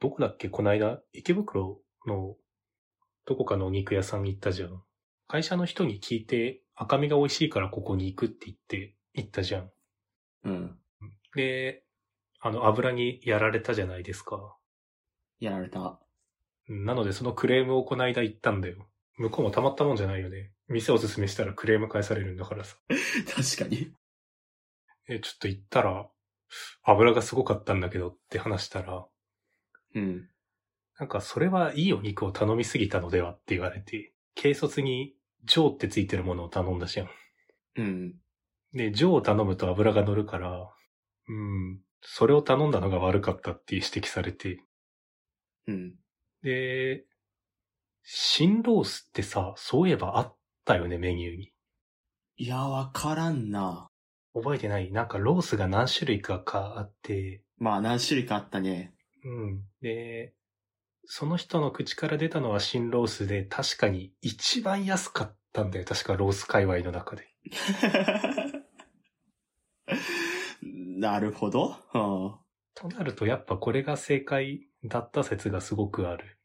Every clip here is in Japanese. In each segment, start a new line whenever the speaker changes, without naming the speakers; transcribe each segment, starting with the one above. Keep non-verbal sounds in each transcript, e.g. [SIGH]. どこだっけこの間、池袋のどこかのお肉屋さんに行ったじゃん。会社の人に聞いて、赤身が美味しいからここに行くって言って、行ったじゃん。
うん。
で、あの、油にやられたじゃないですか。
やられた。
なので、そのクレームをこの間言ったんだよ。向こうもたまったもんじゃないよね。店おすすめしたらクレーム返されるんだからさ。
[LAUGHS] 確かに。
え、ちょっと行ったら、油がすごかったんだけどって話したら、
うん。
なんかそれはいいお肉を頼みすぎたのではって言われて、軽率に上ってついてるものを頼んだじゃん。
うん。
で、上を頼むと油が乗るから、うん、それを頼んだのが悪かったって指摘されて、
うん。
で、新ロースってさ、そういえばあったよね、メニューに。
いや、わからんな。
覚えてないなんかロースが何種類かかあって、
まあ、何種類かあったね。 [LAUGHS]
うん。で、その人の口から出たのは新ロースで、確かに一番安かったんだよ。確かロース界隈の中で。
なるほど。
となると、やっぱこれが正解だった説がすごくある。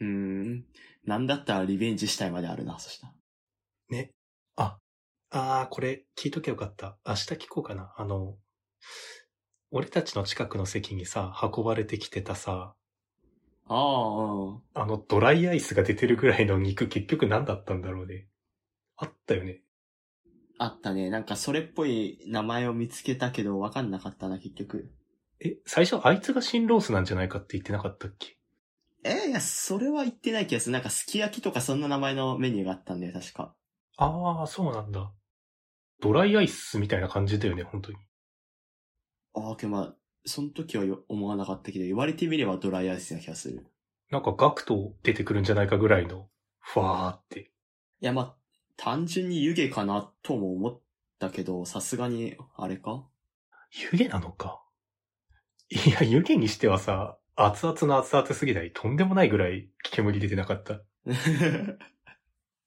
うん。うん。なんだったらリベンジしたいまであるな、そしたら。
ああ、これ聞いときゃよかった。明日聞こうかな。あの、俺たちの近くの席にさ、運ばれてきてたさ、
ああ、うん。
あのドライアイスが出てるぐらいの肉結局何だったんだろうね。あったよね。
あったね。なんかそれっぽい名前を見つけたけど、わかんなかったな、結局。
え、最初あいつが新ロースなんじゃないかって言ってなかったっけ
えー、いや、それは言ってない気がする。なんか、すき焼きとかそんな名前のメニューがあったんだよ、確か。
ああ、そうなんだ。ドライアイスみたいな感じだよね、本当に。
ああ、けどまあ、その時はよ思わなかったけど、言われてみればドライアイスな気がする。
なんかガクト出てくるんじゃないかぐらいの、ふわーって。
いや、まあ、単純に湯気かな、とも思ったけど、さすがに、あれか [LAUGHS]
湯気なのか。いや、湯気にしてはさ、熱々の熱々すぎない。とんでもないぐらい煙出てなかった。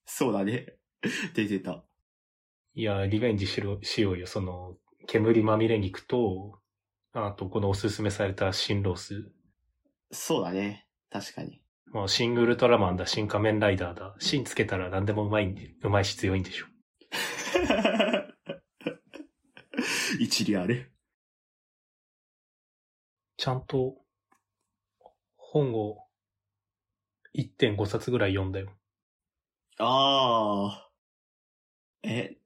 そうだね。出てた。
いや、リベンジしろ、しようよ。その、煙まみれ肉と、あと、このおすすめされた新ロース。
そうだね。確かに。 [LAUGHS]
まあ、シングルトラマンだ、新仮面ライダーだ。芯つけたら何でもうまいんで、うまいし強いんでしょ。
一理ある。
ちゃんと、本を、1.5冊ぐらい読んだよ。
ああ。え、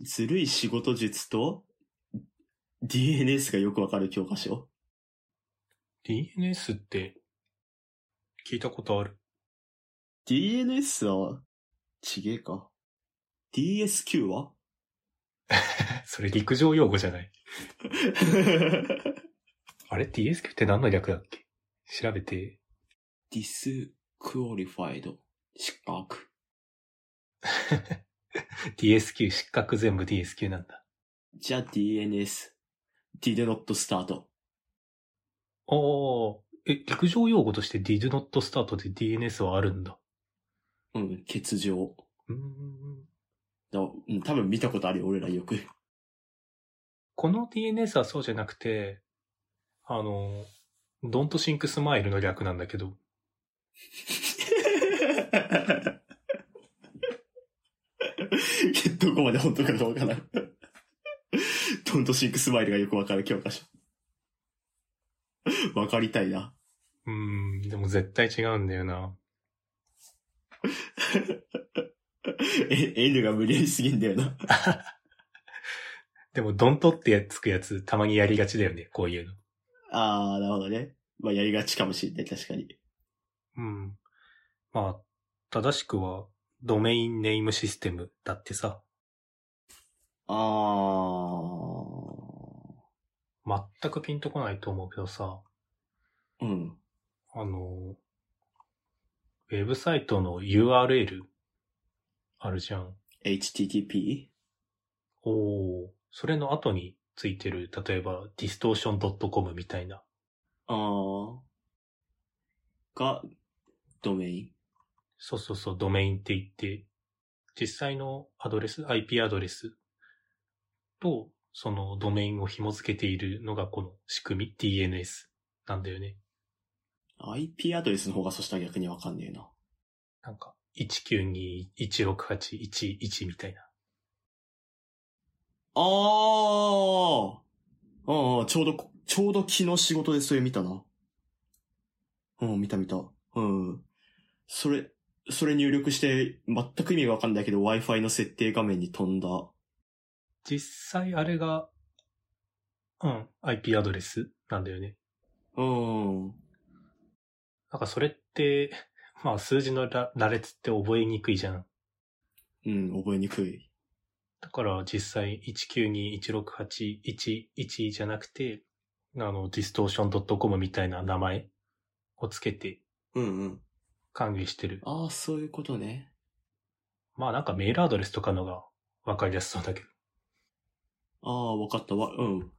ずるい仕事術と DNS がよくわかる教科書
DNS って、聞いたことある [LAUGHS]
?DNS は、ちげえか。DSQ は
それ陸上用語じゃない。あれ ?DSQ って何の略だっけ調べて。
?Disqualified 失格。
DSQ、失格全部 DSQ なんだ。
じゃあ DNS。did not start.
おー。え、陸上用語として did not start で DNS はあるんだ。
うん、欠場。
うーん。
だうん多分見たことあるよ、俺らよく。 [LAUGHS]
この DNS はそうじゃなくて、あの、don't sink smile の略なんだけど、
どこまで本当かどうかな。トントシンクスマイルがよくわかる教科書。わかりたいな。
うーん、でも絶対違うんだよな。
[LAUGHS] え、N が無理やりすぎんだよな。
でも don't ってやっつくやつ、たまにやりがちだよね、こういうの。
あー、なるほどね。まあ、やりがちかもしれない、確かに。
うん。まあ、正しくは、ドメインネームシステムだってさ。
あー。
全くピンとこないと思うけどさ、
うん。
あの、ウェブサイトの URL あるじゃん。
http?
おお、それの後についてる、例えば distortion.com みたいな。
あー。が、ドメイン。
そうそうそう、ドメインって言って、実際のアドレス、IP アドレスと、そのドメインを紐付けているのがこの仕組み、DNS なんだよね。
IP アドレスの方がそしたら逆にわかんねえな。
なんか、192168111みたいな。
あーああ、ちょうどこ、ちょうど昨日仕事でそれ見たな。うん、見た見た。うん。それ、それ入力して、全く意味わかんないけど Wi-Fi の設定画面に飛んだ。
実際あれが、うん、IP アドレスなんだよね。
うん。
なんかそれって、 [LAUGHS] まあ数字のら羅列って覚えにくいじゃん。
うん、覚えにくい。
だから実際192168111じゃなくて、あの、distortion.com みたいな名前をつけて
うんうん。
管理してる。
ああ、そういうことね。
まあなんかメールアドレスとかのがわかりやすそうだけど。
ああ、わかったわ、うん。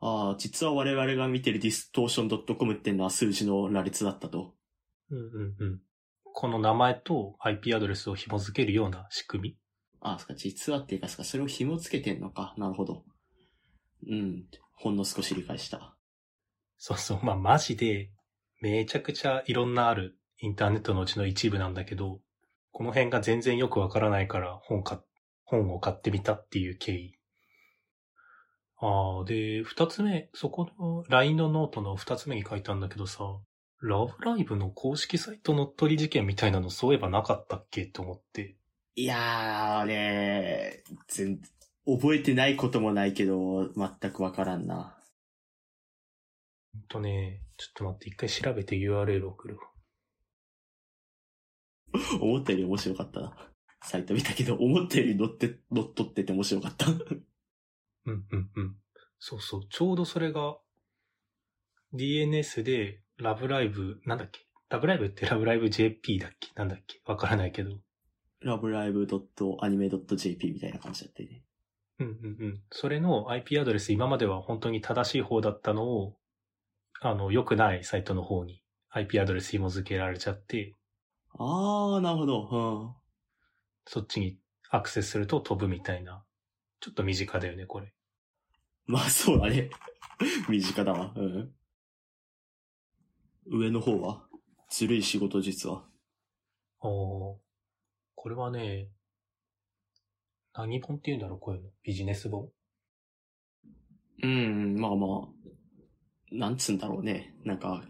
ああ、実は我々が見てる distortion.com ってのは数字の羅列だったと。
うんうんうん。この名前と IP アドレスを紐付けるような仕組み。
あ、そっか、実はっていうか、そっか、それを紐付けてんのか。なるほど。うん。ほんの少し理解した。
そうそう。まあマジで、めちゃくちゃいろんなあるインターネットのうちの一部なんだけど、この辺が全然よくわからないから本か、本を買ってみたっていう経緯。ああ、で、二つ目、そこの LINE のノートの二つ目に書いたんだけどさ、ラブライブの公式サイト乗っ取り事件みたいなのそういえばなかったっけと思って。
いやー、ね全、覚えてないこともないけど、全くわからんな。
ほんとね、ちょっと待って、一回調べて URL 送るわ。
思ったより面白かったな。サイト見たけど、思ったより乗って、乗っ取ってて面白かった。 [LAUGHS]
うんうんうん。そうそう。ちょうどそれが DNS でラブライブ、なんだっけラブライブってラブライブ JP だっけなんだっけわからないけど。
ラブライブ .anime.jp みたいな感じだったよね。
うんうんうん。それの IP アドレス今までは本当に正しい方だったのを、あの、良くないサイトの方に IP アドレス紐付けられちゃって、
あー、なるほど。
そっちにアクセスすると飛ぶみたいな。ちょっと身近だよね、これ。
うん。まあ、そうだね。 [LAUGHS] 身近だわ。うん。上の方はずるい仕事実は。
おーこれはね、何本っていうんだろう、こういうの。ビジネス本
うん、まあまあ、なんつうんだろうね。なんか、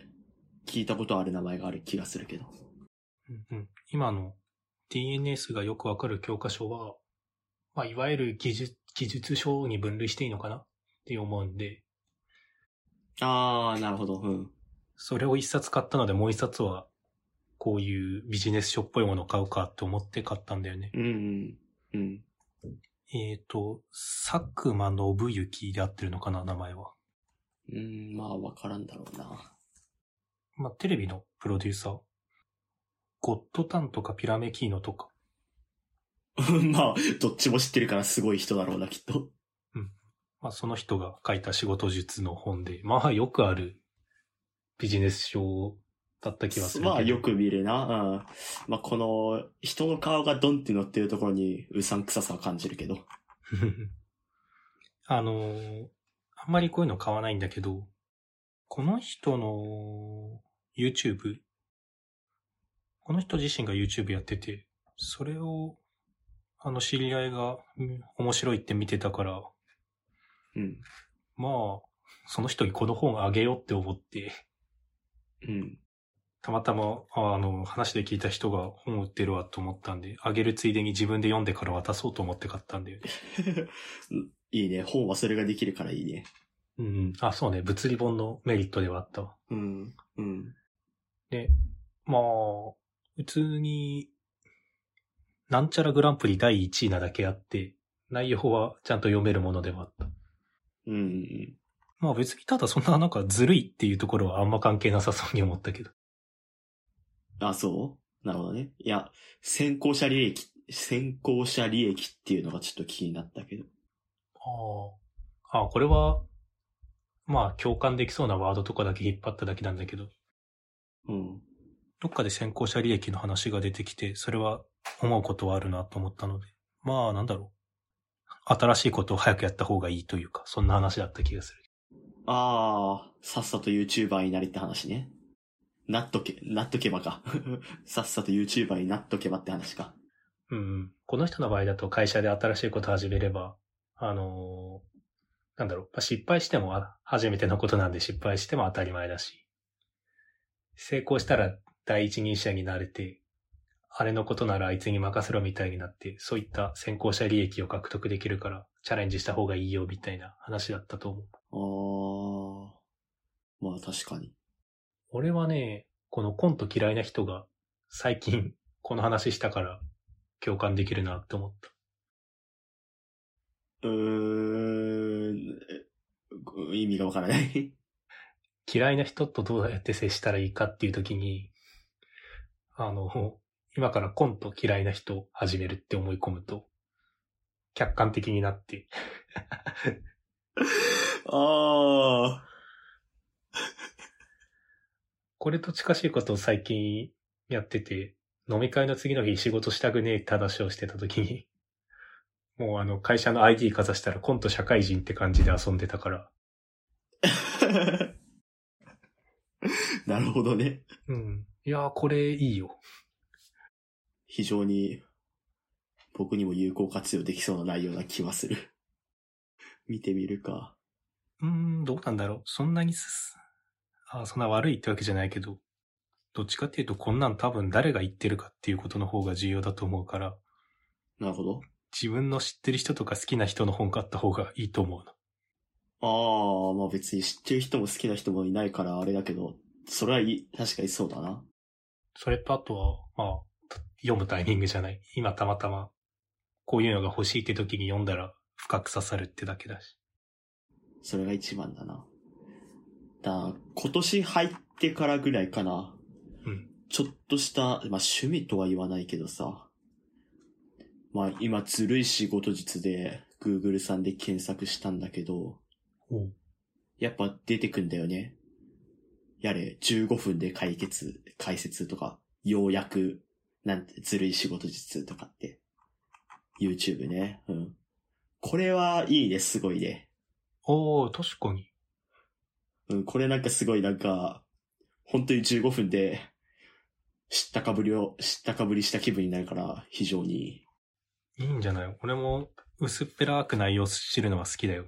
聞いたことある名前がある気がするけど。
うんうん今の DNS がよくわかる教科書は、まあ、いわゆる技術、技術書に分類していいのかなって思うんで、
あー、なるほど。うん。
それを一冊買ったのでもう一冊は、こういうビジネス書っぽいものを買うかと思って買ったんだよね。
うん、うん。
えっ、と、佐久間信之で合ってるのかな、名前は。
うん、まあ、わからんだろうな。 [LAUGHS]
まあ、テレビのプロデューサー。ゴッドタンとかピラメキーノとか。
まあ、どっちも知ってるからすごい人だろうな、きっと。
まあ、その人が書いた仕事術の本で、まあ、よくあるビジネス書だった気がするけど。
まあ、よく見るな。うん。まあ、この、人の顔がドンって乗ってるところに、うさんくささは感じるけど。
[LAUGHS] あのーあんまりこういうの買わないんだけど、この人の YouTube、この人自身が YouTube やってて、それを、あの知り合いがうん面白いって見てたから、
うん。
まあ、その人にこの本あげようって思って、
うん。
たまたま、ああの、話で聞いた人が本を売ってるわと思ったんで、あげるついでに自分で読んでから渡そうと思って買ったんだよね。
いいね。本はそれができるからいいね。
うんうん。あ、そうね。物理本のメリットではあったわ。
うん。うん。
で、まあ、普通に、なんちゃらグランプリ第1位なだけあって、内容はちゃんと読めるものではあった。
うんうん。
まあ別にただそんななんかずるいっていうところはあんま関係なさそうに思ったけど。
あ、そうなるほどね。いや、先行者利益、先行者利益っていうのがちょっと気になったけど。
ああ。ああ、これは、まあ共感できそうなワードとかだけ引っ張っただけなんだけど、
うん。
どっかで先行者利益の話が出てきて、それは思うことはあるなと思ったので、まあなんだろう。新しいことを早くやった方がいいというか、そんな話だった気がする。
ああ、さっさと YouTuber になりって話ね。なっとけ、なっとけばか。 [LAUGHS] さっさと YouTuber になっとけばって話か。
うんうん。この人の場合だと会社で新しいこと始めれば、あのーなんだろう、まあ失敗してもあ初めてのことなんで失敗しても当たり前だし、成功したら第一人者になれて、あれのことならあいつに任せろみたいになって、そういった先行者利益を獲得できるからチャレンジした方がいいよみたいな話だったと思う。
あー。まあ確かに。
俺はね、このコント嫌いな人が最近この話したから共感できるなって思った。
うーん、え意味がわからない。 [LAUGHS]
嫌いな人とどうやって接したらいいかっていう時に、あの、今からコント嫌いな人を始めるって思い込むと、客観的になって、
あ
これと近しいことを最近やってて、飲み会の次の日仕事したくねえって話をしてた時に、もうあの会社の ID かざしたらコント社会人って感じで遊んでたから、
ー。 [LAUGHS] なるほどね。
うん。いやーこれいいよ。
非常に僕にも有効活用できそうな内容な気はする。 [LAUGHS] 見てみるか。
うーん、どうなんだろう。そんなにす、あそんな悪いってわけじゃないけど、どっちかっていうとこんなん多分誰が言ってるかっていうことの方が重要だと思うから、
なるほど。
自分の知ってる人とか好きな人の本買った方がいいと思うの。
ああ、まあ別に知ってる人も好きな人もいないからあれだけど、それはいい、確かにそうだな。
それとあとは、まあ、読むタイミングじゃない。今たまたま、こういうのが欲しいって時に読んだら深く刺さるってだけだし。
それが一番だな。だ今年入ってからぐらいかな。
うん
ちょっとした、まあ趣味とは言わないけどさ。まあ今ずるい仕事術で Google さんで検索したんだけど、
おう
やっぱ出てくんだよね。やれ、15分で解決、解説とか、ようやく、なんて、ずるい仕事術とかって。YouTube ね。うん。これはいいね、すごいね。
おー確かに。
うん、これなんかすごいなんか、本当に15分で、知ったかぶりを、知ったかぶりした気分になるから、非常にい
い
い。
いんじゃない俺も薄っぺらく内容知るのは好きだよ。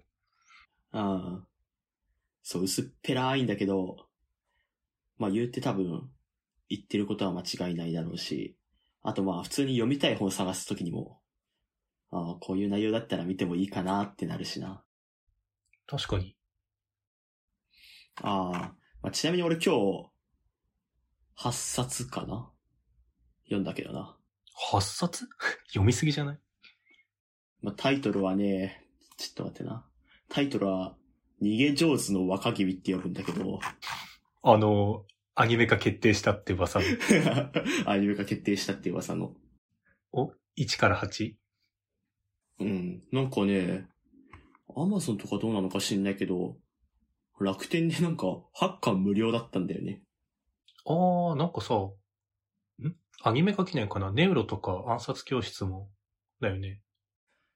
ああ。そう、薄っぺらいんだけど、まあ言って多分、言ってることは間違いないだろうし、あとまあ普通に読みたい本を探すときにも、ああ、こういう内容だったら見てもいいかなってなるしな。
確かに。
ああ、まあちなみに俺今日、8冊かな読んだけどな。
8冊 [LAUGHS] 読みすぎじゃない
まあタイトルはね、ちょっと待ってな。タイトルは、逃げ上手の若君って呼ぶんだけど、 [LAUGHS]
あの、アニメ化決定したって噂の
アニメ化決定したっていう噂の。
1から 8?
うん。なんかね、アマゾンとかどうなのか知んないけど、楽天でなんか8巻無料だったんだよね。
あー、なんかさ、んアニメ化記念かなネウロとか暗殺教室も、だよね。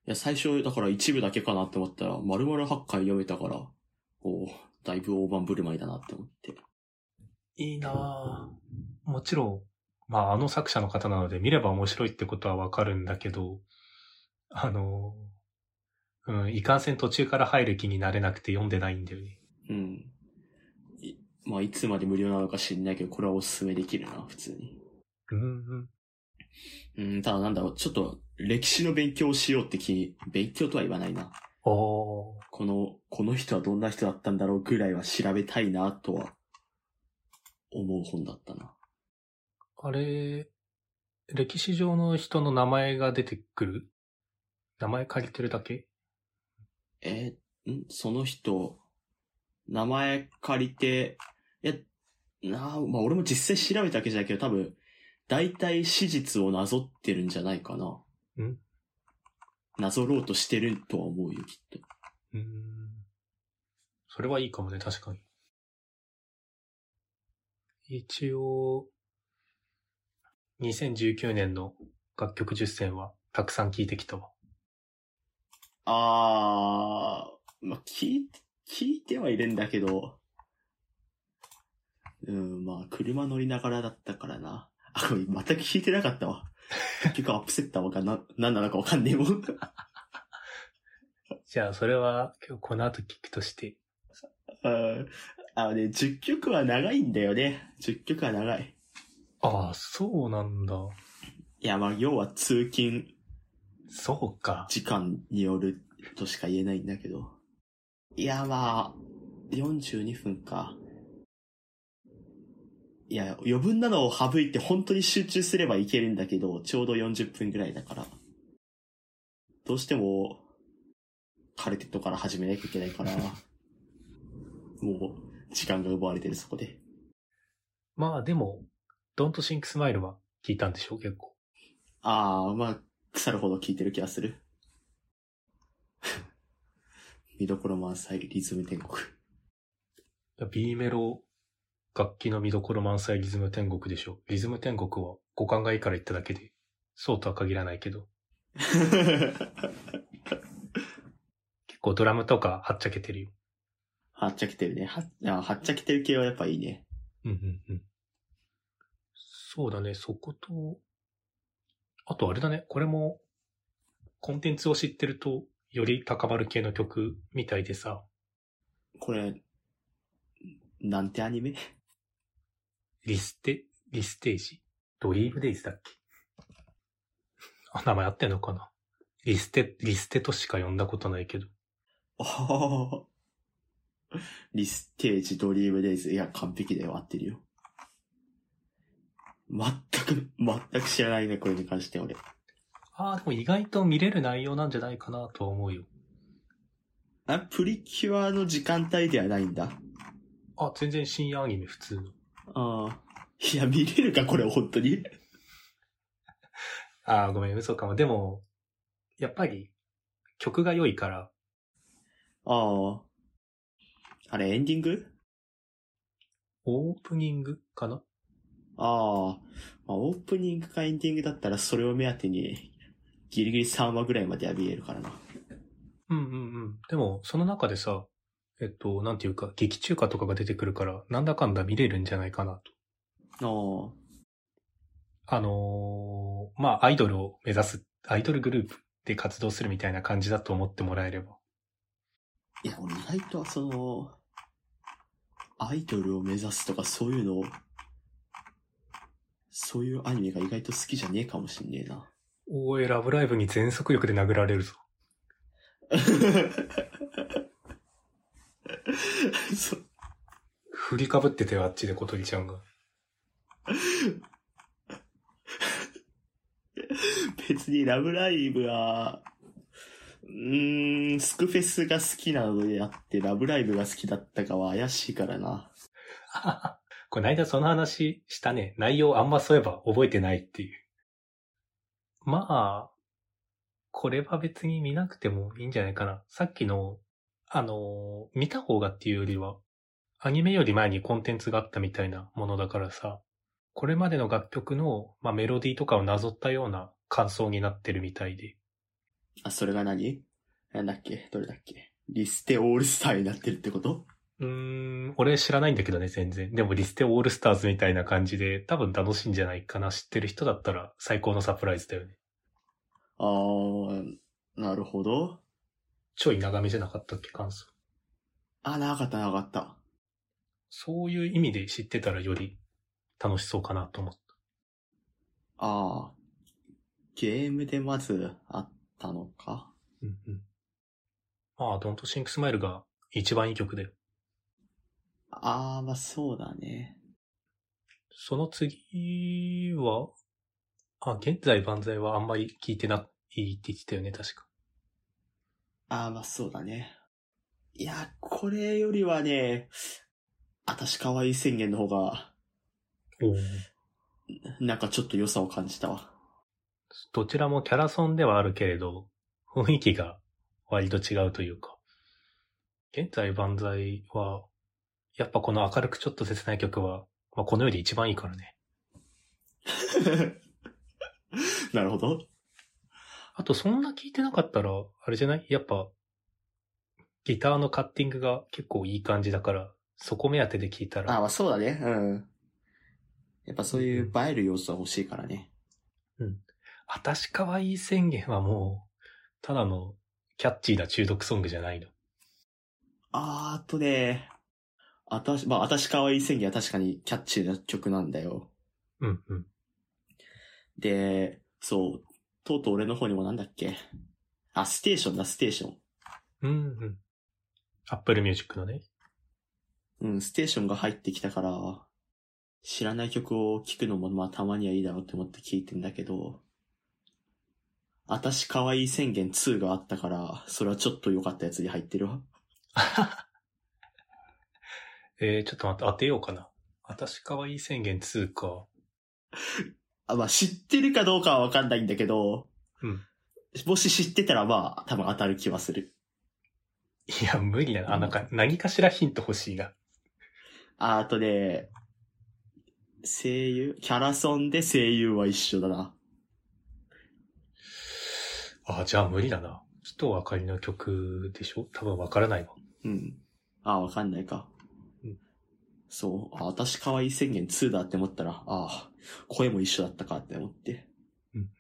いや、最初だから一部だけかなって思ったら、丸々8巻読めたから、おうだいぶ大盤振る舞いだなって思って。
いいなぁ。もちろん、まああの作者の方なので見れば面白いってことはわかるんだけど、あの、うん、いかんせん途中から入る気になれなくて読んでないんだよね。
うん。いまあ、いつまで無料なのか知んないけど、これはおすすめできるな、普通に。
うんうん。
うん、ただなんだろう、ちょっと歴史の勉強をしようって気、勉強とは言わないな。
あー。
この、この人はどんな人だったんだろうぐらいは調べたいなとは、思う本だったな。
あれ、歴史上の人の名前が出てくる名前借りてるだけ
えーんその人、名前借りて、いや、なあ、まあ、俺も実際調べたわけじゃないけど、多分、大体史実をなぞってるんじゃないかな。
ん
なぞろうとしてるとは思うよ、きっと。
うーん。それはいいかもね、確かに。一応、2019年の楽曲10選はたくさん聞いてきたわ。
あー、まあ、聞いて、聞いてはいるんだけど、うん、まあ、車乗りながらだったからな。あ、これ全く聞いてなかったわ。結局アップセッターがな、何なのかわかんね [LAUGHS] えもん。
じゃあ、それは今日この後聞くとして。
うんあのね、10曲は長いんだよね。10曲は長い。
ああ、そうなんだ。
いや、まあ、要は通勤
そうか。
時間によるとしか言えないんだけど。いや、まあ、42分か。いや、余分なのを省いて本当に集中すればいけるんだけど、ちょうど40分ぐらいだから。どうしても、カルテットから始めなきゃいけないから、もう、時間が奪われてるそこで。
まあでも、Don't Think Smile は聞いたんでしょ結構。
ああ、まあ、腐るほど聞いてる気がする。 [LAUGHS] 見どころ満載、リズム天国。
B メロ、楽器の見どころ満載リズム天国でしょ。リズム天国は五感がいいから言っただけで、そうとは限らないけど、結構ドラムとかはっちゃけてるよ。
[LAUGHS] はっちゃけてるね。はっあはっちゃけてる系はやっぱいいね。
うんうんうん。そうだね、そこと、あとあれだね、これも、コンテンツを知ってると、より高まる系の曲みたいでさ、
これ、なんてアニメ [LAUGHS]
リステ、リステージドリームデイズだっけあ、名前合ってんのかなリステ、リステとしか呼んだことないけど。
おーリステージ、ドリームデイズ。いや、完璧だよ。合ってるよ。全く、全く知らないね、これに関して俺。
ああ、でも意外と見れる内容なんじゃないかなとは思うよ。
あ、プリキュアの時間帯ではないんだ。
あ、全然深夜アニメ普通の。
ああ。いや、見れるか、これ、本当に。
ああ、ごめん、嘘かも。でも、やっぱり、曲が良いから、
ああ。あれ、エンディング
オープニングかな
ああ。まあ、オープニングかエンディングだったら、それを目当てに、ギリギリ3話ぐらいまでは見えるからな。
うんうんうん。でも、その中でさ、えっと、なんていうか、劇中歌とかが出てくるから、なんだかんだ見れるんじゃないかなと。
ああ。
あのーまあ、アイドルを目指す、アイドルグループで活動するみたいな感じだと思ってもらえれば。
いや、俺意外とはその、アイドルを目指すとかそういうのを、そういうアニメが意外と好きじゃねえかもしんねえな。 [LAUGHS]
おい、ラブライブに全速力で殴られるぞ。
そう
振りかぶってたよ、あっちで小鳥ちゃんが。
別にラブライブは、うーん、スクフェスが好きなのであって、ラブライブが好きだったかは怪しいからな。
[LAUGHS] こないだその話したね。内容あんまそういえば覚えてないっていう。まあ、これは別に見なくてもいいんじゃないかな。さっきの、あのー見た方がっていうよりは、アニメより前にコンテンツがあったみたいなものだからさ、これまでの楽曲の、まあ、メロディーとかをなぞったような感想になってるみたいで。
あ、それが何なんだっけどれだっけリステオールスターになってるってこと
うーん、俺知らないんだけどね、全然。でもリステオールスターズみたいな感じで、多分楽しいんじゃないかな。知ってる人だったら最高のサプライズだよね。
あー、なるほど。
ちょい長めじゃなかったっけ、感想。
あ、なかったなかった。
そういう意味で知ってたらより楽しそうかなと思った。
ああ、ゲームでまずあったのか
うんうん。まあ、ドントシンクスマイルが一番いい曲で、
ああ、まあそうだね。
その次は、あ、現在万歳はあんまり聞いてないって言ってたよね、確か。
ああ、まあそうだね。いや、これよりはね、あたしかわいい宣言の方が、
お
なんかちょっと良さを感じたわ。
どちらもキャラソンではあるけれど、雰囲気が割と違うというか。現在万歳は、やっぱこの明るくちょっと切ない曲は、まあ、この世で一番いいからね。
なるほど。
あと、そんな聞いてなかったら、あれじゃないやっぱ、ギターのカッティングが結構いい感じだから、そこ目当てで聞いた
あ、
ら、
まあそうだね。うん。やっぱそういう映える要素は欲しいからね。
あたしかわいい宣言はもう、ただのキャッチーな中毒ソングじゃないの。
あーっとね、あたし、まあ、あたしかわいい宣言は確かにキャッチーな曲なんだよ。
うんうん。
で、そう、とうとう俺の方にもなんだっけ。あ、ステーションだ、ステーション。
うんうん。アップルミュージックのね。
うん、ステーションが入ってきたから、知らない曲を聴くのもまあたまにはいいだろうって思って聴いてんだけど、あたしかわいい宣言2があったから、それはちょっと良かったやつに入ってるわ。
えー、ちょっと待って、当てようかな。あたしかわいい宣言2か。
あ、まあ知ってるかどうかはわかんないんだけど、
うん
もし知ってたらまあ多分当たる気はする。
いや、無理だな。あ、なんか、何かしらヒント欲しいな。
あ、あとね、声優キャラソンで声優は一緒だな。
あ、じゃあ無理だな。紀藤あかりの曲でしょ多分わからないわ。
うん。あ、わかんないか
うん。
そう。あ、私可愛い宣言2だって思ったら、あ、声も一緒だったかって思って。
うん。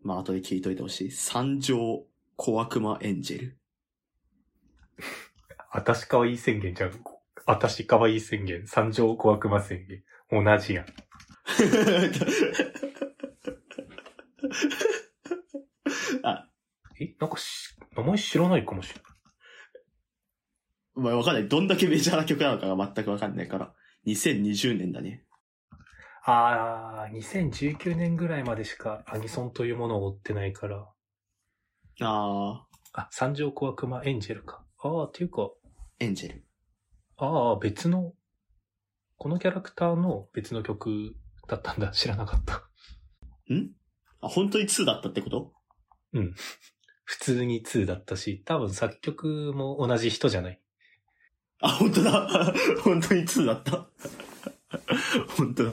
まあ、後で聞いといてほしい。三条小悪魔エンジェル。 [LAUGHS]
あたしかわいい宣言じゃん。あたしかわいい宣言。三条小悪魔宣言。同じやん。
あ、
え、なんかし、名前知らないかもしれない。
まあ、わかんない。どんだけメジャーな曲なのかが全くわかんないから。2020年だね。
あー、2019年ぐらいまでしかアニソンというものを追ってないから。
あ
あ、三条小悪魔エンジェルか。あー、っていうか、
ー、エンジェル。
ああ、別の、このキャラクターの別の曲だったんだ。 [LAUGHS] 知らなかった。
んあ、本当に2だったってこと
普通に2だったし、多分作曲も同じ人じゃない。
あ、本当だ。 [LAUGHS] 本当に2だった。 [LAUGHS] 本当だ。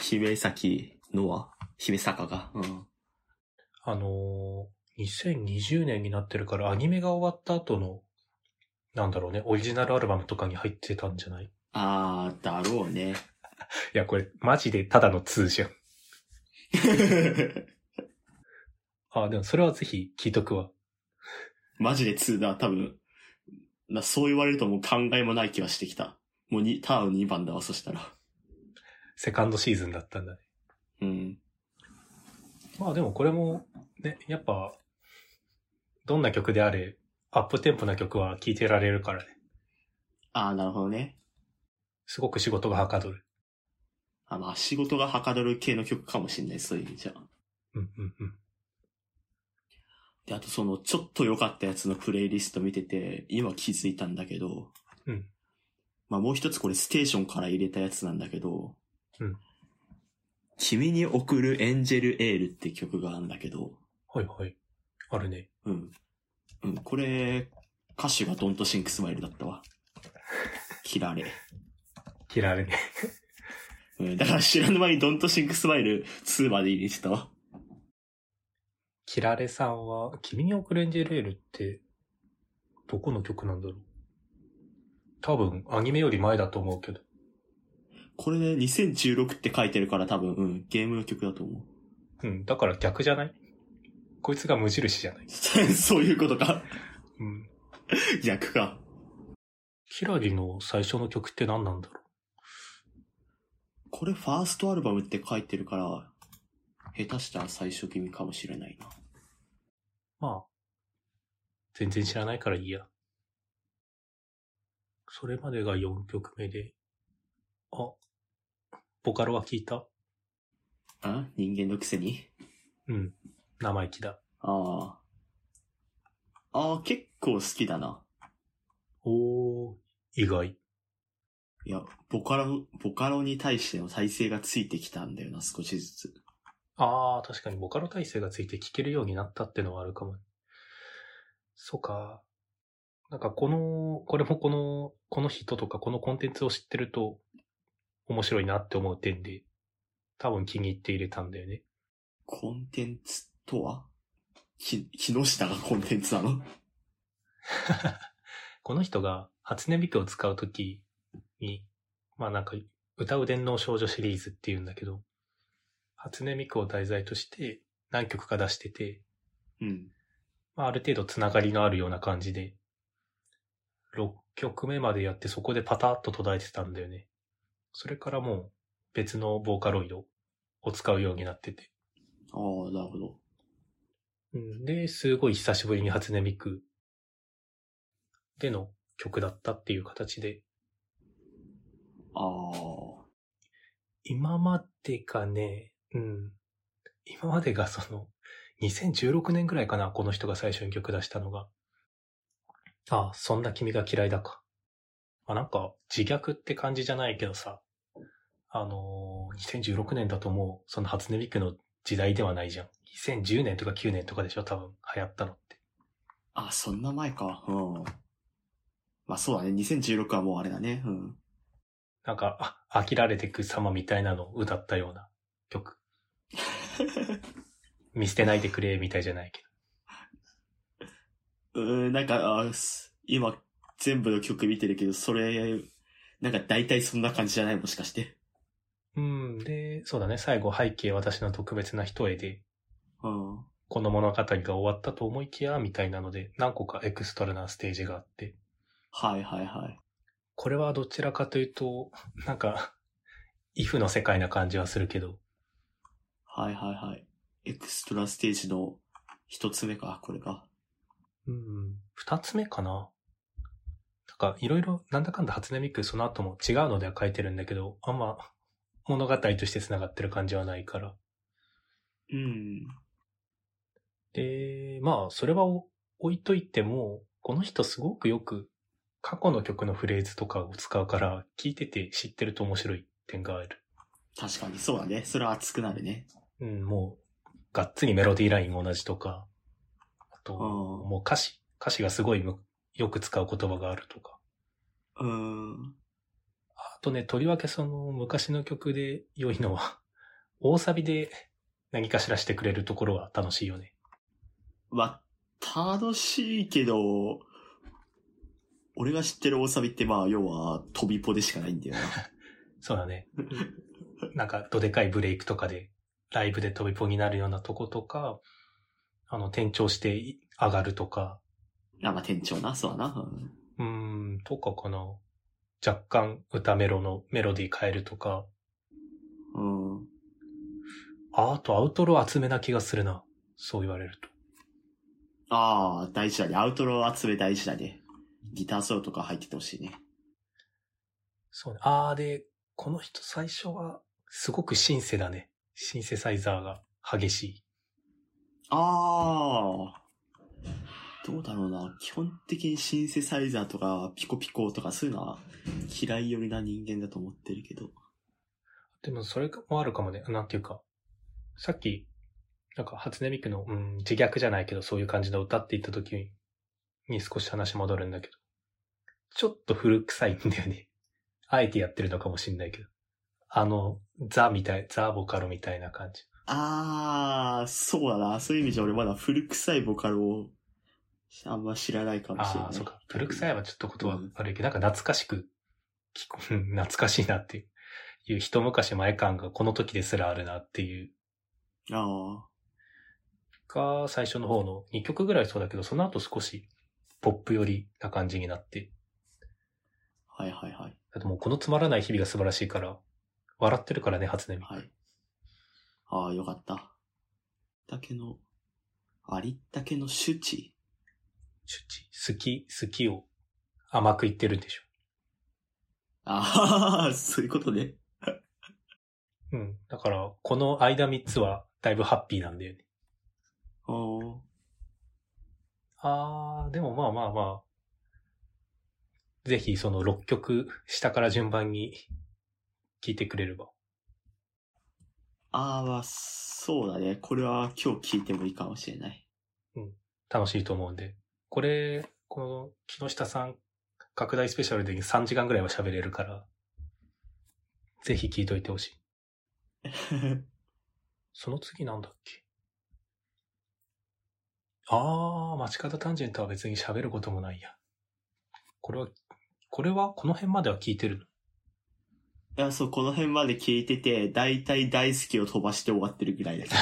姫崎のは、姫坂が。うん。
あのー、2020年になってるからアニメが終わった後の、なんだろうね、オリジナルアルバムとかに入ってたんじゃないい
あー、だろうね。 [LAUGHS]
や、これマジでただの2じゃん。ああ、でもそれはぜひ聞いとくわ。
マジで2だ、多分。なそう言われるともう考えもない気はしてきた。もうにターン2番だわ、そしたら。
セカンドシーズンだったんだね。
うん。
まあでもこれも、ね、やっぱ、どんな曲であれ、アップテンポな曲は聴いてられるからね。
あー、なるほどね。
すごく仕事がはかどる。
あ、まあ、仕事がはかどる系の曲かもしれない、そういう意味じゃ。
うんうんうん。
で、あとその、ちょっと良かったやつのプレイリスト見てて、今気づいたんだけど、
うん
まあもう一つこれステーションから入れたやつなんだけど、
うん
君に送るエンジェルエールって曲があるんだけど、
はいはい。あるね。
うん。うん、これ、歌手がドントシンクスマイルだっ
[LAUGHS]
たわ。切られ。
切られね。
うん、だから知らぬ間にドントシンクスマイル2まで入れてたわ。
[LAUGHS] 切られさんは、君に送るエンジェルエールって、どこの曲なんだろう多分、アニメより前だと思うけど。
これね、2016って書いてるから多分、うん、ゲームの曲だと思う。 [LAUGHS]
うん、だから逆じゃないこいつが無印じゃない
そういうことか。
うん。
逆か。
キラリの最初の曲って何なんだろ
これファーストアルバムって書いてるから、下手したら最初気味かもしれないな。
うまあ、全然知らないからいいや。それまでが4曲目で、あ、ボカロは聞いた
あ人間のくせに
うん、生意気だ。
ああ。ああ、結構好きだな。
おー、意外。
いや、ボカロ、ボカロに対しての体制がついてきたんだよな、少しずつ。
ああ、確かにボカロ体制がついて聴けるようになったってのはあるかも。そうか。なんかこの、これもこの、この人とかこのコンテンツを知ってると面白いなって思う点で、多分気に入って入れたんだよね。 [LAUGHS]
コンテンツとはき、木下がコンテンツなの
この人が初音ミクを使うときに、まあなんか、歌う電脳少女シリーズっていうんだけど、初音ミクを題材として何曲か出してて、
うん。
まあある程度つながりのあるような感じで、6曲目までやってそこでパタッと途絶えてたんだよね。それからもう別のボーカロイドを使うようになってて。
ああ、なるほど。
うんで、すごい久しぶりに初音ミクでの曲だったっていう形で、
ああ。
今までがね、うん。今までがその、2016年ぐらいかな、この人が最初に曲出したのが。ああ、そんな君が嫌いだか。まあなんか、自虐って感じじゃないけどさ、あのー2016年だともう、その初音ミクの時代ではないじゃん。2010年とか9年とかでしょ、多分、流行ったのって。
あ、そんな前か。うん。まあそうだね。2016はもうあれだね。うん。
なんか、あ、飽きられてく様みたいなのを歌ったような曲。見捨てないでくれ、みたいじゃないけど。
うーん、なんか、あす今、全部の曲見てるけど、それ、なんか大体そんな感じじゃないもしかして。
うん、で、そうだね、最後背景私の特別な一重で、
うん。
この物語が終わったと思いきや、みたいなので、何個かエクストラなステージがあって、
はいはいはい。
これはどちらかというと、なんか、 [LAUGHS] イフの世界な感じはするけど、
はいはいはい。エクストラステージの一つ目か、これが。
うん、二つ目かな。なんか、いろいろ、なんだかんだ初音ミクその後も違うのでは書いてるんだけど、あんま物語として繋がってる感じはないから。
うん。
で、まあ、それはお置いといても、この人すごくよく過去の曲のフレーズとかを使うから、聞いてて知ってると面白い点がある。
確かにそうだね。それは熱くなるね。
うん、もう、がっつりメロディーライン同じとか、あと、
うん
もう歌詞、歌詞がすごいむよく使う言葉があるとか。
うーん。
あとね、とりわけその昔の曲で良いのは、大サビで何かしらしてくれるところは楽しいよね。
まあ、楽しいけど、俺が知ってる大サビってまあ、要は、飛びポでしかないんだよな。
そうだね。なんか、どでかいブレイクとかで、ライブで飛びポになるようなとことか、あの、転調してい上がるとか、
[LAUGHS] あ、まあ、店長な、そうだな。うん
うーん、とかかな。若干歌メロのメロディー変えるとか、
うん。
ああとアウトロ集めな気がするな。そう言われると。
ああ、大事だね。アウトロ集め大事だね。ギターソロとか入っててほしいね。
そうね。ああ、で、この人最初は、すごくシンセだね。シンセサイザーが激しい。
ああ。どうだろうな。基本的にシンセサイザーとかピコピコとかそういうのは嫌い寄りな人間だと思ってるけど。
でもそれもあるかもね。なんていうか、さっき、なんか初音ミクの、うん、自虐じゃないけどそういう感じの歌って言った時に少し話戻るんだけど、ちょっと古臭いんだよね。 [LAUGHS] あえてやってるのかもしんないけど。あの、ザみたい、ザボカロみたいな感じ。
ああ、そうだな。そういう意味じゃ俺まだ古臭いボカロをあんま知らないかもしれない。
ああ、そうか。古臭いはちょっとことは悪いけど、なんか懐かしく聞こ、うん懐かしいなっていう、一昔前感がこの時ですらあるなっていう
ああ。
が最初の方の2曲ぐらいそうだけど、その後少しポップ寄りな感じになって、
はいはいはい。
あともうこのつまらない日々が素晴らしいから、笑ってるからね、初音ミク。
はい。ああ、よかった。だけの、ありったけの周知
ちゅち好き、好きを甘く言ってるんでしょ。
ああ、そういうことね。
うん。だから、この間3つはだいぶハッピーなんだよね。
おー
あー、でもまあまあまあ、ぜひその6曲下から順番に聴いてくれれば。
ああ、まあ、そうだね。これは今日聞いてもいいかもしれない。
楽しいと思うんで。これ、この木下さん拡大スペシャルで3時間ぐらいは喋れるから、ぜひ聞いといてほしい。その次なんだっけあー、街角タンジェントは別に喋ることもないや。これはこれはこの辺までは聞いてるの
いや、そう、この辺まで聞いてて、だいたい大好きを飛ばして終わってるぐらいだけど。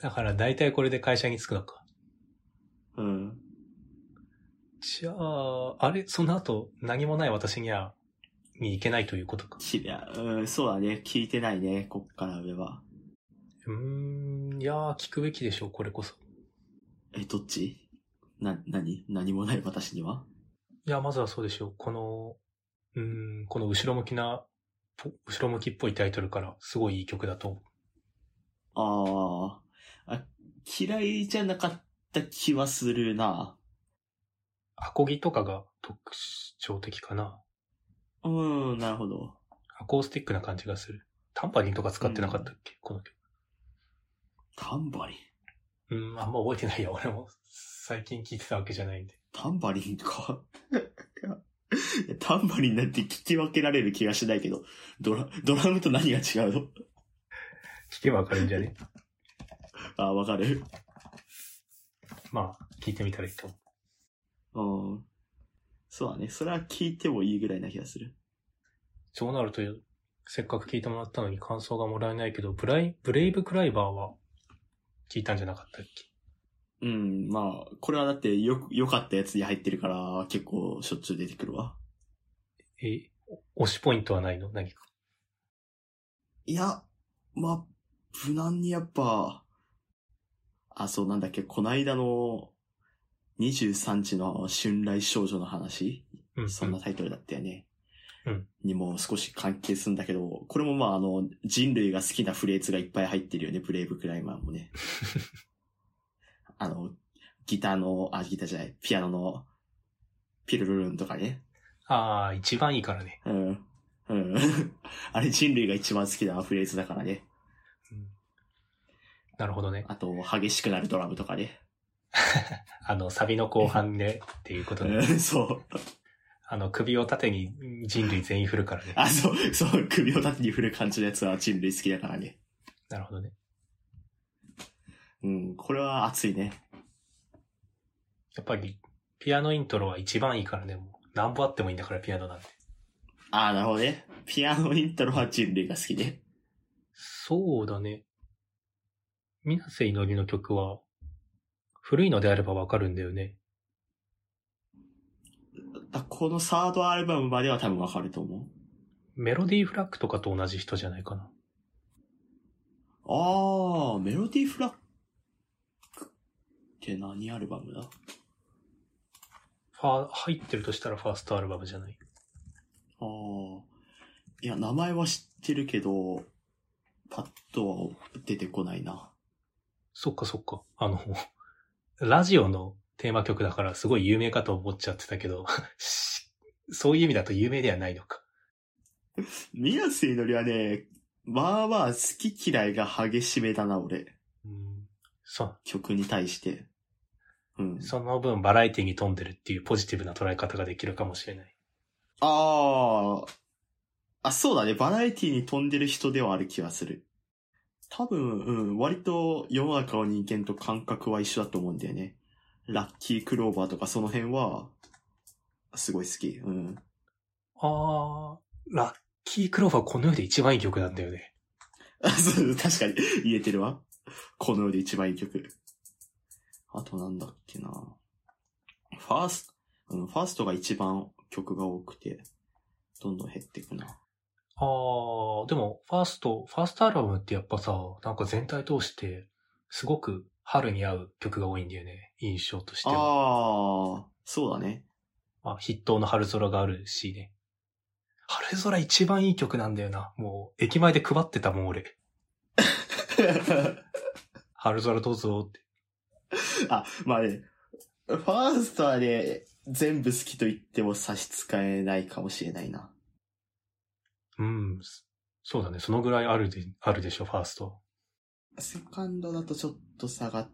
だから大体これで会社に着くのか。
うん。
じゃあ、あれその後何もない私には、に行けないということか。
いや、うん、そうだね。聞いてないね。こっから上は。
うーん、いやー、聞くべきでしょう、これこそ。
え、どっちな、なに何もない私にはい
や、まずはそうでしょう。この、うーん、この後ろ向きな、ぽ後ろ向きっぽいタイトルから、すごいいい曲だと思う。
ああ。あ、嫌いじゃなかった気はするな。
アコギとかが特徴的かな。
うん、なるほど。
アコースティックな感じがする。タンパリンとか使ってなかったっけ、この曲。
タンバリン。
うん、あんま覚えてないよ。俺も最近聞いてたわけじゃないんで。
タンバリンか。いやタンバリンなんて聞き分けられる気がしないけど、ドラ、ドラムと何が違うの [LAUGHS]
聞けばわかるんじゃね
ああ、わかる。
[LAUGHS] まあ、聞いてみたらいいと思う。
うん。そうだね。それは聞いてもいいぐらいな気がする。
そうなると、せっかく聞いてもらったのに感想がもらえないけど、ブライ、ブレイブクライバーは聞いたんじゃなかったっけ
うん、まあ、これはだってよく、良かったやつに入ってるから、結構しょっちゅう出てくるわ。
え、推しポイントはないの何か。
いや、まあ、無難にやっぱ、あ、そうなんだっけ、こないだの23日の春来少女の話
うんうん。
そんなタイトルだったよね。
うん
にも少し関係するんだけど、これもまああの、人類が好きなフレーズがいっぱい入ってるよね、ブレイブクライマーもね。あの、ギターの、あ、ギターじゃない、ピアノの、ピルルルンとかね。
ああ、一番いいからね。
うん。うん。 [LAUGHS] あれ人類が一番好きなフレーズだからね。
うんなるほどね。
あと、激しくなるドラムとかね。
あの、サビの後半でっていうこと
う
で、
んそう。
あの、首を縦に人類全員振るからね。
あ、そう、そう、首を縦に振る感じのやつは人類好きだからね。
なるほどね。
うん、これは熱いね。
やっぱり、ピアノイントロは一番いいからね。もう何本あってもいいんだから、ピアノなんて。
あー、なるほどね。ピアノイントロは人類が好きね。
そうだね。水瀬いのりの曲は、古いのであればわかるんだよね。
だこのサードアルバムまでは多分わかると思う。
メロディーフラッグとかと同じ人じゃないかな。
あー、メロディーフラッグって何アルバムだ
ファー、入ってるとしたらファーストアルバムじゃない。
あー。いや、名前は知ってるけど、パッとは出てこないな。
そっかそっか。あの、ラジオのテーマ曲だからすごい有名かと思っちゃってたけど、 [LAUGHS] しそういう意味だと有名ではないのか。
宮瀬いのりはね、まあまあ好き嫌いが激しめだな、俺。
うん、そ
曲に対して。うん。
その分バラエティに富んでるっていうポジティブな捉え方ができるかもしれない。
ああ。あ、そうだね。バラエティに飛んでる人ではある気はする。多分、うん、割と世の中の人間と感覚は一緒だと思うんだよね。ラッキークローバーとかその辺は、すごい好き。うん。 [LAUGHS]
あー、ラッキークローバーこの世で一番いい曲なんだよね。
あそう確かに、言えてるわ。この世で一番いい曲。あとなんだっけな。ファースト、うん、ファーストが一番曲が多くて、どんどん減っていくな。
あー、でも、ファースト、ファーストアルバムってやっぱさ、なんか全体通して、すごく春に合う曲が多いんだよね。印象としては。
ああ、そうだね。 [LAUGHS]
まあ、筆頭の春空があるしね。春空一番いい曲なんだよな。もう、駅前で配ってたもん、俺。春空どうぞって。
あ、まあね、ファーストはね、全部好きと言っても差し支えないかもしれないな。
うん。そうだね。そのぐらいあるで、あるでしょ、ファースト。
セカンドだとちょっと下がっ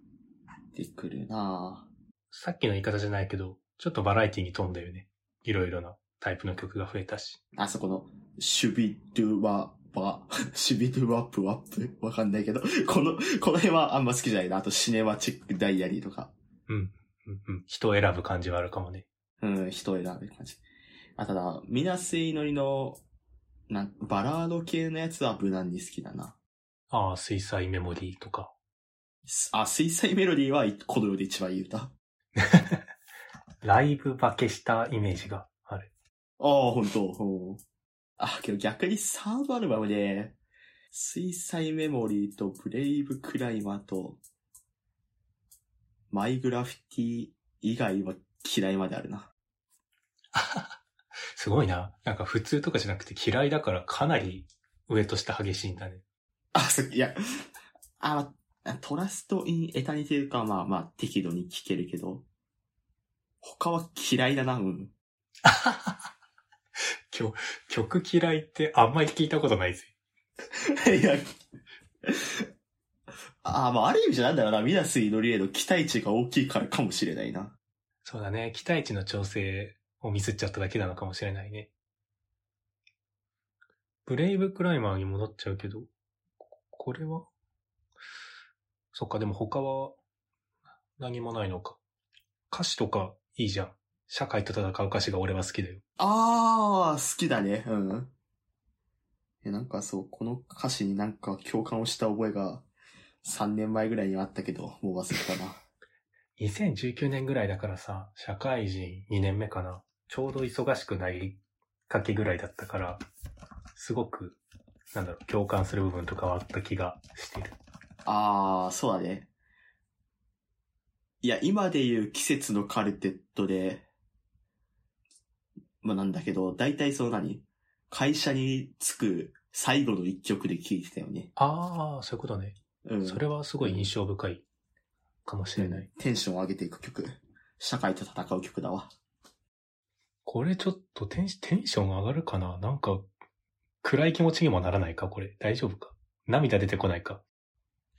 てくるな
さっきの言い方じゃないけど、ちょっとバラエティに富んだよね。いろいろなタイプの曲が増えたし。
あそこの、シュビドゥワバ、 [LAUGHS] シュビドゥワップワップ、わかんないけど、この、この辺はあんま好きじゃないな。あと、シネマチックダイアリーとか。
うん、うん。人を選ぶ感じはあるかもね。
うん、人選ぶ感じ。あ、ただ、ミナスイノリの、なん、バラード系のやつは無難に好きだな。
ああ、水彩メモリーとか。
すあ、水彩メロディーは、この世で一番いい歌。あ
ライブ化けしたイメージがある。 [LAUGHS]
あ、ほんと。うんあ、けど逆にサードアルバムで、水彩メモリーとブレイブクライマーと、マイグラフィティ以外は嫌いまであるな。
すごいな。なんか普通とかじゃなくて嫌いだからかなり上と下激しいんだね。
あ、そう、いや、あ、トラスト・イン・エタニティか、まあまあ、適度に聞けるけど、他は嫌いだな、うん。 [LAUGHS]
曲、曲嫌いってあんまり聞いたことないぜ。
いや、あ、まあ、ある意味じゃなんだろうな、ミナス・イノリエの期待値が大きいからかもしれないな。
そうだね。期待値の調整をミスっちゃっただけなのかもしれないね。ブレイブクライマーに戻っちゃうけど、ここれはそっか、でも他は何もないのか。歌詞とかいいじゃん。社会と戦う歌詞が俺は好きだよ。
あー、好きだね、うん。いやなんかそう、この歌詞になんか共感をした覚えが3年前ぐらいにはあったけど、もう忘れたな。 [LAUGHS]
2019年ぐらいだからさ、社会人2年目かな。ちょうど忙しくないかけぐらいだったから、すごく、なんだろう、共感する部分とかはあった気がしてる。
ああ、そうだね。いや、今で言う季節のカルテットで、まあなんだけど、大体その何会社に着く最後の一曲で聴いてたよね。
ああ、そういうことね。
うん。
それはすごい印象深いかもしれない。
うんテンションを上げていく曲。社会と戦う曲だわ。
これちょっとテンシテンション上がるかななんか、暗い気持ちにもならないかこれ。大丈夫か涙出てこないか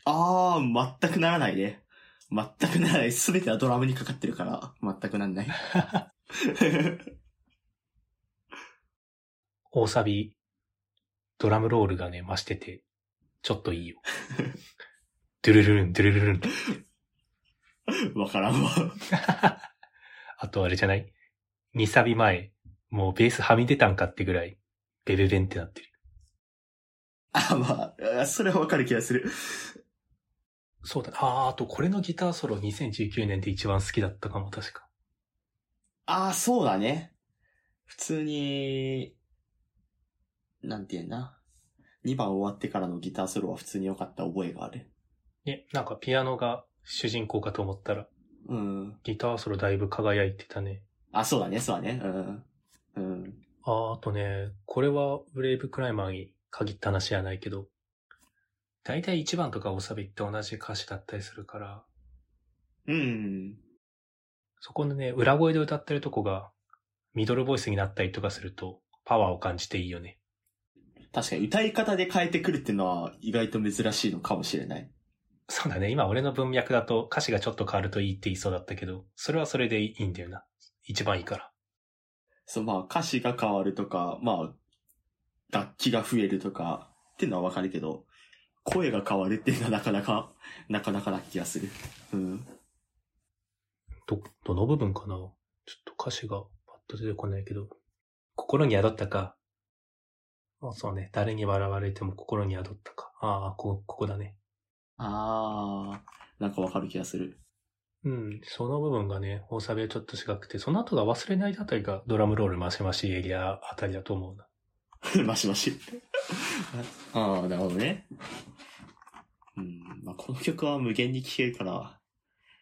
ああ、全くならないね。全くならない。すべてはドラムにかかってるから、全くなんない。 [LAUGHS]
大サビ、ドラムロールがね、増してて、ちょっといい [LAUGHS] よ。ドゥルルルン、ドゥルルルンって。
わからんわ。
あとあれじゃない ?2 サビ前、もうベースはみ出たんかってぐらい、ベベベンってなってる。
あ、まああ、それはわかる気がする。
そうだね。あー、あとこれのギターソロ2019年で一番好きだったかも、確か。
ああ、そうだね。普通に、なんて言うんだ。2番終わってからのギターソロは普通に良かった覚えがある。
ね、なんかピアノが主人公かと思ったら、
うん。
ギターソロだいぶ輝いてたね。
あ、そうだね、そうだね。うん。うん。
あー、あとね、これはブレイブクライマーに限った話じゃないけど、だいたい1番とかおサビって同じ歌詞だったりするから、
うん。
そこのね、裏声で歌ってるとこが、ミドルボイスになったりとかすると、パワーを感じていいよね。
確かに歌い方で変えてくるっていうのは意外と珍しいのかもしれない。
そうだね。今俺の文脈だと歌詞がちょっと変わるといいって言いそうだったけど、それはそれでいいんだよな。一番いいから。
そう、まあ歌詞が変わるとか、まあ、楽器が増えるとか、っていうのはわかるけど、声が変わるっていうのは [LAUGHS] なかなか、なかなかな気がする。うん。
ど、どの部分かなちょっと歌詞がパッと出てこないけど。心に宿ったか。あそうね。誰に笑われても心に宿ったか。ああ、こ、ここだね。
あー、なんかわかる気がする。 [LAUGHS]
うん。その部分がね、大サビはちょっと違くて、その後が忘れないあたりがドラムロールマシマシエリアあたりだと思うな。
マシマシ。 [LAUGHS] ああ、なるほどね。うん、まあ、この曲は無限に聴けるから、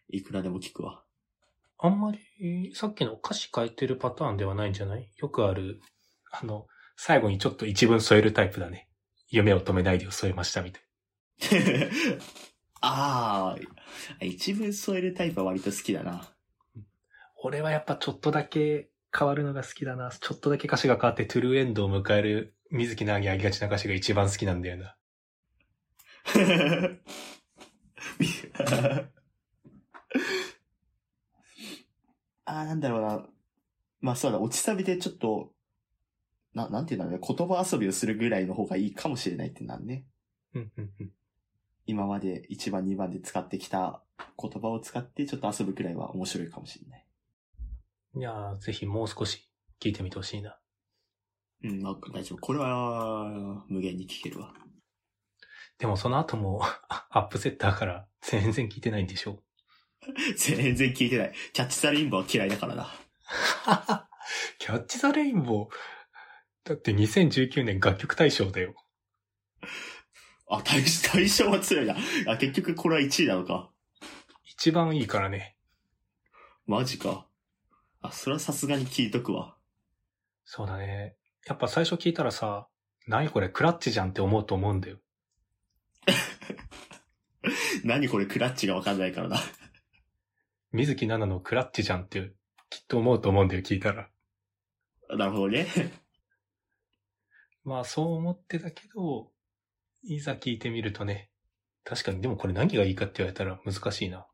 いくらでも聴くわ。 [LAUGHS]
あんまり、さっきの歌詞変えてるパターンではないんじゃないよくある、あの、最後にちょっと一文添えるタイプだね。夢を止めないでを添えましたみたい。
ああ、一文添えるタイプは割と好きだな。
俺はやっぱちょっとだけ変わるのが好きだな。ちょっとだけ歌詞が変わってトゥルーエンドを迎える水木奈々にありがちな歌詞が一番好きなんだよな。
[LAUGHS] ああ、なんだろうな。まあそうだ、落ちサビでちょっと、な、なんていうんだろうね、言葉遊びをするぐらいの方がいいかもしれないってなんね。
うんうんうん。
今まで1番2番で使ってきた言葉を使ってちょっと遊ぶくらいは面白いかもしれない。
いやー、ぜひもう少し聞いてみてほしいな。
うん、まあ大丈夫。これは、無限に聞けるわ。 [LAUGHS]
でもその後も、あアップセッターから全然聞いてないんでしょ
全然聞いてない。キャッチザレインボーは嫌いだからな。
[LAUGHS] キャッチザレインボー。だって2019年楽曲大賞だよ。
あ、対、対象は強いな。あ、結局これは1位なのか。
一番いいからね。
マジか。あ、それはさすがに聞いとくわ。 [LAUGHS]
そうだね。やっぱ最初聞いたらさ、何これクラッチじゃんって思うと思うんだよ。
何これクラッチがわかんないから [LAUGHS] な。
水木奈々のクラッチじゃんってきっと思うと思うんだよ、聞いたら。
なるほどね。
まあそう思ってたけど、いざ聞いてみるとね。確かに、でもこれ何がいいかって言われたら難しいな。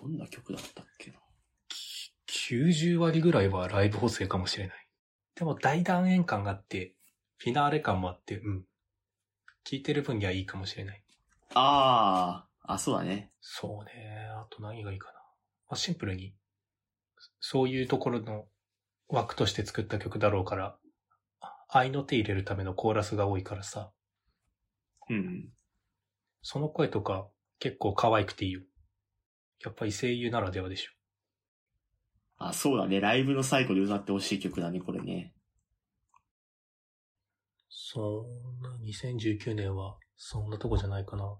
どんな曲だったっけな。
90割ぐらいはライブ補正かもしれない。でも大断円感があって、フィナーレ感もあって、うん。聞いてる分にはいいかもしれない。
あー、あ、そうだね。
そうね。あと何がいいかな。まあ、シンプルに、そういうところの枠として作った曲だろうから、愛の手入れるためのコーラスが多いからさ、
うん。
その声とか結構可愛くていいよ。やっぱり声優ならではでしょ。
あ、そうだね。ライブの最後で歌ってほしい曲だね、これね。
そんな、2019年はそんなとこじゃないかな。